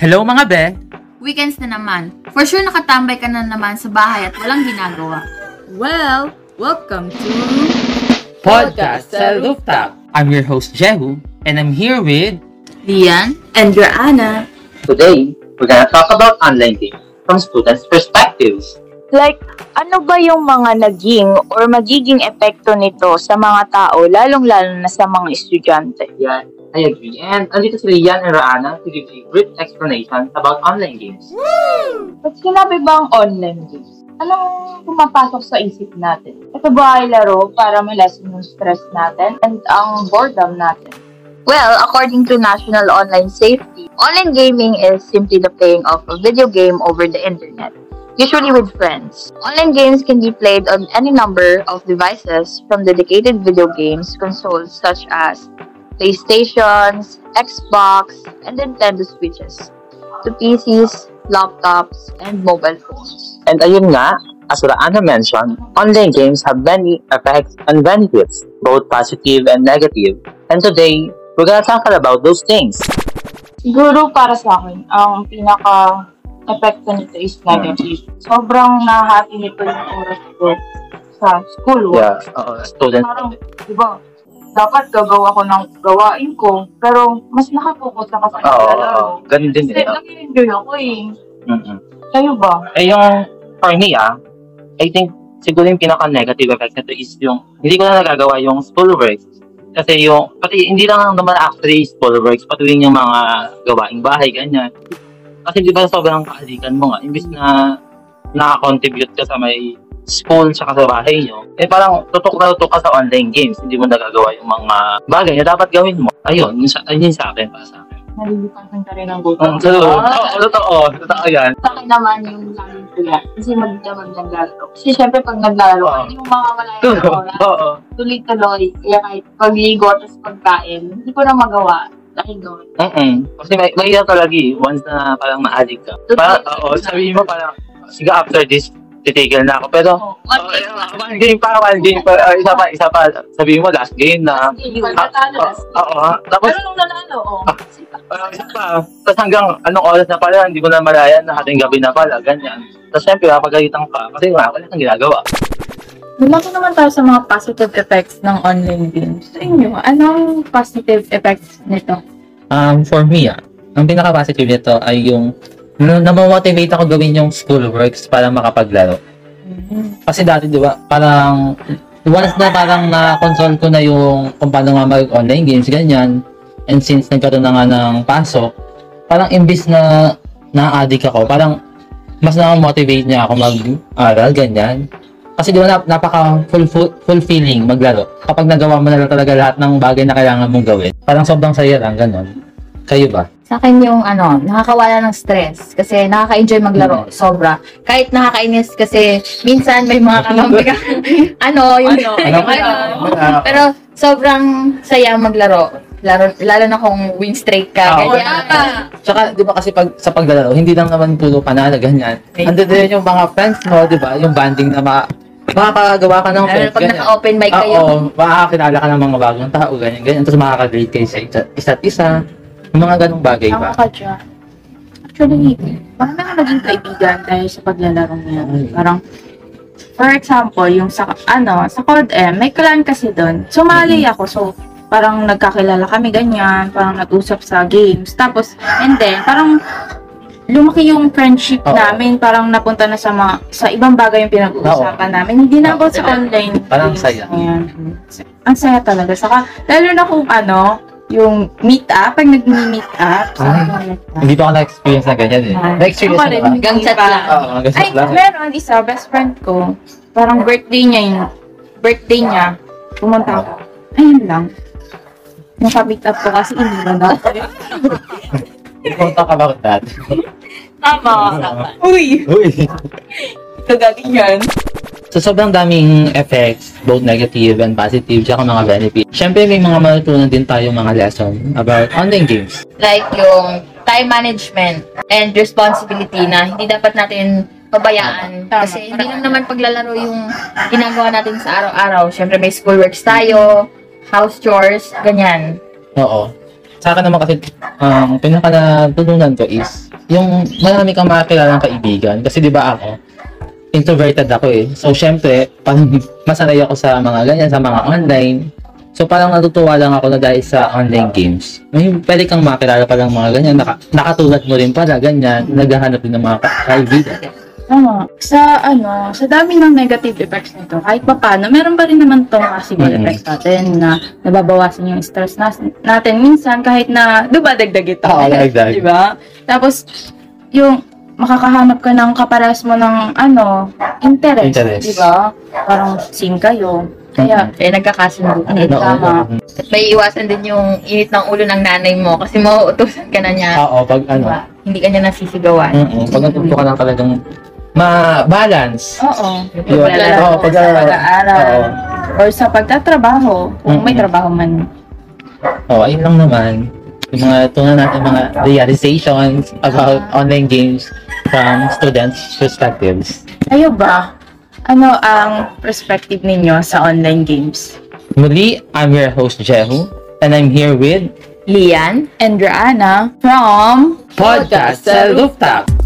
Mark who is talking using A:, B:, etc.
A: Hello mga be!
B: Weekends na naman. For sure nakatambay ka na naman sa bahay at walang ginagawa.
C: Well, welcome to...
A: Podcast sa Rooftop! I'm your host Jehu, and I'm here with...
B: Lian?
C: And your Anna.
D: Today, we're gonna talk about online games from students' perspectives.
E: Like, ano ba yung mga naging or magiging epekto nito sa mga tao, lalong-lalo na sa mga estudyante?
D: Yan, I agree. And andito sila Yan and Raana to give you a brief explanation about online games.
E: Pag sinabi bang online games, anong pumapasok sa isip natin? Ito ba ay laro para malasin yung stress natin and ang boredom natin? Well, according to National Online Safety, online gaming is simply the playing of a video game over the internet, usually with friends. Online games can be played on any number of devices from dedicated video games consoles such as PlayStations, Xbox, and Nintendo Switches to PCs, laptops, and mobile phones.
D: And ayun nga, as Raana mentioned, online games have many effects and benefits, both positive and negative. And today, we're gonna talk about those things.
E: Siguro para sa akin, ang pinaka epekto nito is negative. Sobrang nahati nito yung oras ko sa school. work.
D: uh, student.
E: Parang, di ba, dapat gagawa ko ng gawain ko, pero mas nakapokus ako sa paglalaro.
D: ganun din
E: Kasi nag-enjoy ako eh. Kayo ba?
D: Eh, yung, for me ah, I think siguro yung pinaka-negative effect nito is yung, hindi ko na nagagawa yung schoolwork. Kasi yung, pati hindi lang naman actually schoolworks, pati rin yung mga gawaing bahay, ganyan. Kasi di ba sobrang kaalikan mo nga, imbis na nakakontribute ka sa may school tsaka sa bahay nyo, eh parang tutok na tutok ka sa online games, hindi mo nagagawa yung mga bagay na dapat gawin mo. Ayun, yun sa, ayun sa akin, para sa akin.
E: Nalilipasan ka rin ng
D: Oo,
E: gutom.
D: totoo, totoo, totoo yan.
E: sa akin naman yung laging kuya. Kasi magdamag ng laro. Kasi syempre pag naglalaro,
D: Oo.
E: hindi mo mawawala yung
D: Totoo,
E: oras.
D: oo.
E: Tuloy-tuloy. Kaya kahit pagligo at pagkain, hindi ko na magawa. Dahil doon.
D: Mm-mm. Kasi may, mahirap talaga eh. Once na parang ma-addict ka.
E: Totoo.
D: Parang, oo, sabihin mo parang, sige after this, titigil na ako. Pero,
E: Oh, one
D: oh,
E: day
D: eh, one game pa, one game pa, ah, isa pa, isa pa. Sabihin mo, last game na.
E: Pag
D: Ah,
E: natalo,
D: ah,
E: last game.
D: Oo, ah. tapos,
E: Pero nung nanalo, oh.
D: Ah.
E: sipa.
D: ah, isa pa. Tapos hanggang anong oras na pala, hindi ko na malaya na ating gabi na pala, ganyan. Tapos syempre, mapagalitan ka kasi wala ka lang ginagawa.
C: Lumaki naman tayo sa mga positive effects ng online games. Sa inyo, anong positive effects nito?
A: Um, for me ah, ang pinaka-positive nito ay yung na- namamotivate ako gawin yung schoolworks para makapaglaro. Kasi dati, di ba, parang, once na parang na-console ko na yung kung paano nga mag-online games, ganyan, and since nagkaroon na nga ng pasok, parang imbis na na-addict ako, parang mas na-motivate niya ako mag-aral, ganyan. Kasi di ba, nap- napaka fulfill- fulfilling maglaro. Kapag nagawa mo na lang talaga lahat ng bagay na kailangan mong gawin, parang sobrang saya lang, ganun. Kayo ba?
F: Sa akin yung ano, nakakawala ng stress kasi nakaka-enjoy maglaro, sobra. Kahit nakakainis kasi minsan may mga kakampi ka. ano, yung
A: Ano? Ano?
F: Pero sobrang saya maglaro. Laro, lalo na kung win streak ka.
A: Ah,
F: ganyan.
A: Tsaka, di ba kasi pag, sa paglalaro, hindi lang naman puro panalo, ganyan. Andun din yung mga friends mo, di ba? Yung banding na ma makakagawa ka ng
F: Lalo na
A: friends,
F: pag
A: ganyan. Ah,
F: naka-open mic kayo.
A: Oo, makakakilala ka ng mga bagong tao, ganyan, ganyan. Tapos makakagrade kayo sa isa- isa't isa. Yung mga ganong bagay ba?
C: ka dyan. Actually, parang na naging kaibigan dahil sa paglalaro niya.
A: Ay.
C: Parang, for example, yung sa, ano, sa Code M, may clan kasi doon. Sumali
A: Mm-hmm.
C: ako, so, parang nagkakilala kami, ganyan, parang nag-usap sa games. Tapos, and then, parang, lumaki yung friendship
A: Oo.
C: namin, parang napunta na sa mga, sa ibang bagay yung pinag-uusapan namin. Hindi
A: Oo,
C: na about sa
A: diba?
C: online.
A: Parang
C: games.
A: saya.
C: Ayan. Ang saya talaga. Saka, lalo na kung ano, yung meet up, pag nag-meet up,
A: Ay.
C: sa mga
A: Hindi pa ako na-experience na ganyan eh.
C: Ah.
A: Na-experience na Ah. ba?
F: Gang chat lang.
A: Oo, hanggang sa
C: Ay,
A: lang.
C: meron isa, best friend ko. Parang birthday niya yun. Birthday niya. Pumunta ako. Ayun lang. Nakabit up ko kasi iniwan na.
A: Hindi ko talk about that.
C: Tama. Uy!
A: Uy!
C: Kagaling yan.
A: So, sobrang daming effects, both negative and positive, tsaka mga benefits. Siyempre, may mga matutunan din tayong mga lesson about online games.
F: Like yung time management and responsibility na hindi dapat natin pabayaan.
C: Tama.
F: Kasi hindi lang naman paglalaro yung ginagawa natin sa araw-araw. Siyempre may schoolworks tayo, house chores, ganyan.
A: Oo. Sa akin naman kasi, ang pinaka natutunan ko is, yung marami kang makakilala ng kaibigan. Kasi di ba ako, introverted ako eh. So, syempre, parang masanay ako sa mga ganyan, sa mga online. So, parang natutuwa lang ako na dahil sa online games. May pwede kang makilala pa lang mga ganyan. Naka, nakatulad mo rin pala, ganyan. Naghahanap din ng mga ka- kaibigan.
C: Tama. Sa ano, sa dami ng negative effects nito, kahit pa paano, meron pa rin naman itong possible
A: Mm.
C: effects natin na nababawasan yung stress nas- natin minsan kahit na, di ba, dagdag ito?
A: Oo, dagdag.
C: Di ba? Tapos, yung makakahanap ka ng kapares mo ng ano, interest,
A: Interest.
C: di ba? Parang same kayo. Kaya,
F: Eh, nagkakasundo.
A: Ano, Oo,
C: tama.
F: May iwasan din yung init ng ulo ng nanay mo kasi mauutusan ka na niya.
A: Oo, pag ano.
F: Diba? Hindi ka niya nasisigawan.
A: Mm-mm. Pag natuto ka lang talagang ma-balance.
C: oo.
A: Yun.
C: Paglalaro,
A: Oo, pag- ah,
C: sa pag-aaral,
A: Oo.
C: or sa pagtatrabaho, kung may
A: Mm-mm.
C: trabaho man.
A: Oh, ayun lang naman. Yung mga tunan natin mga realizations about online games from students' perspectives.
C: Kayo ba? Ano ang perspective ninyo sa online games?
A: Muli, I'm your host, Jehu, and I'm here with
F: Lian?
C: And Rihanna from
A: Podcast sa Rooftop.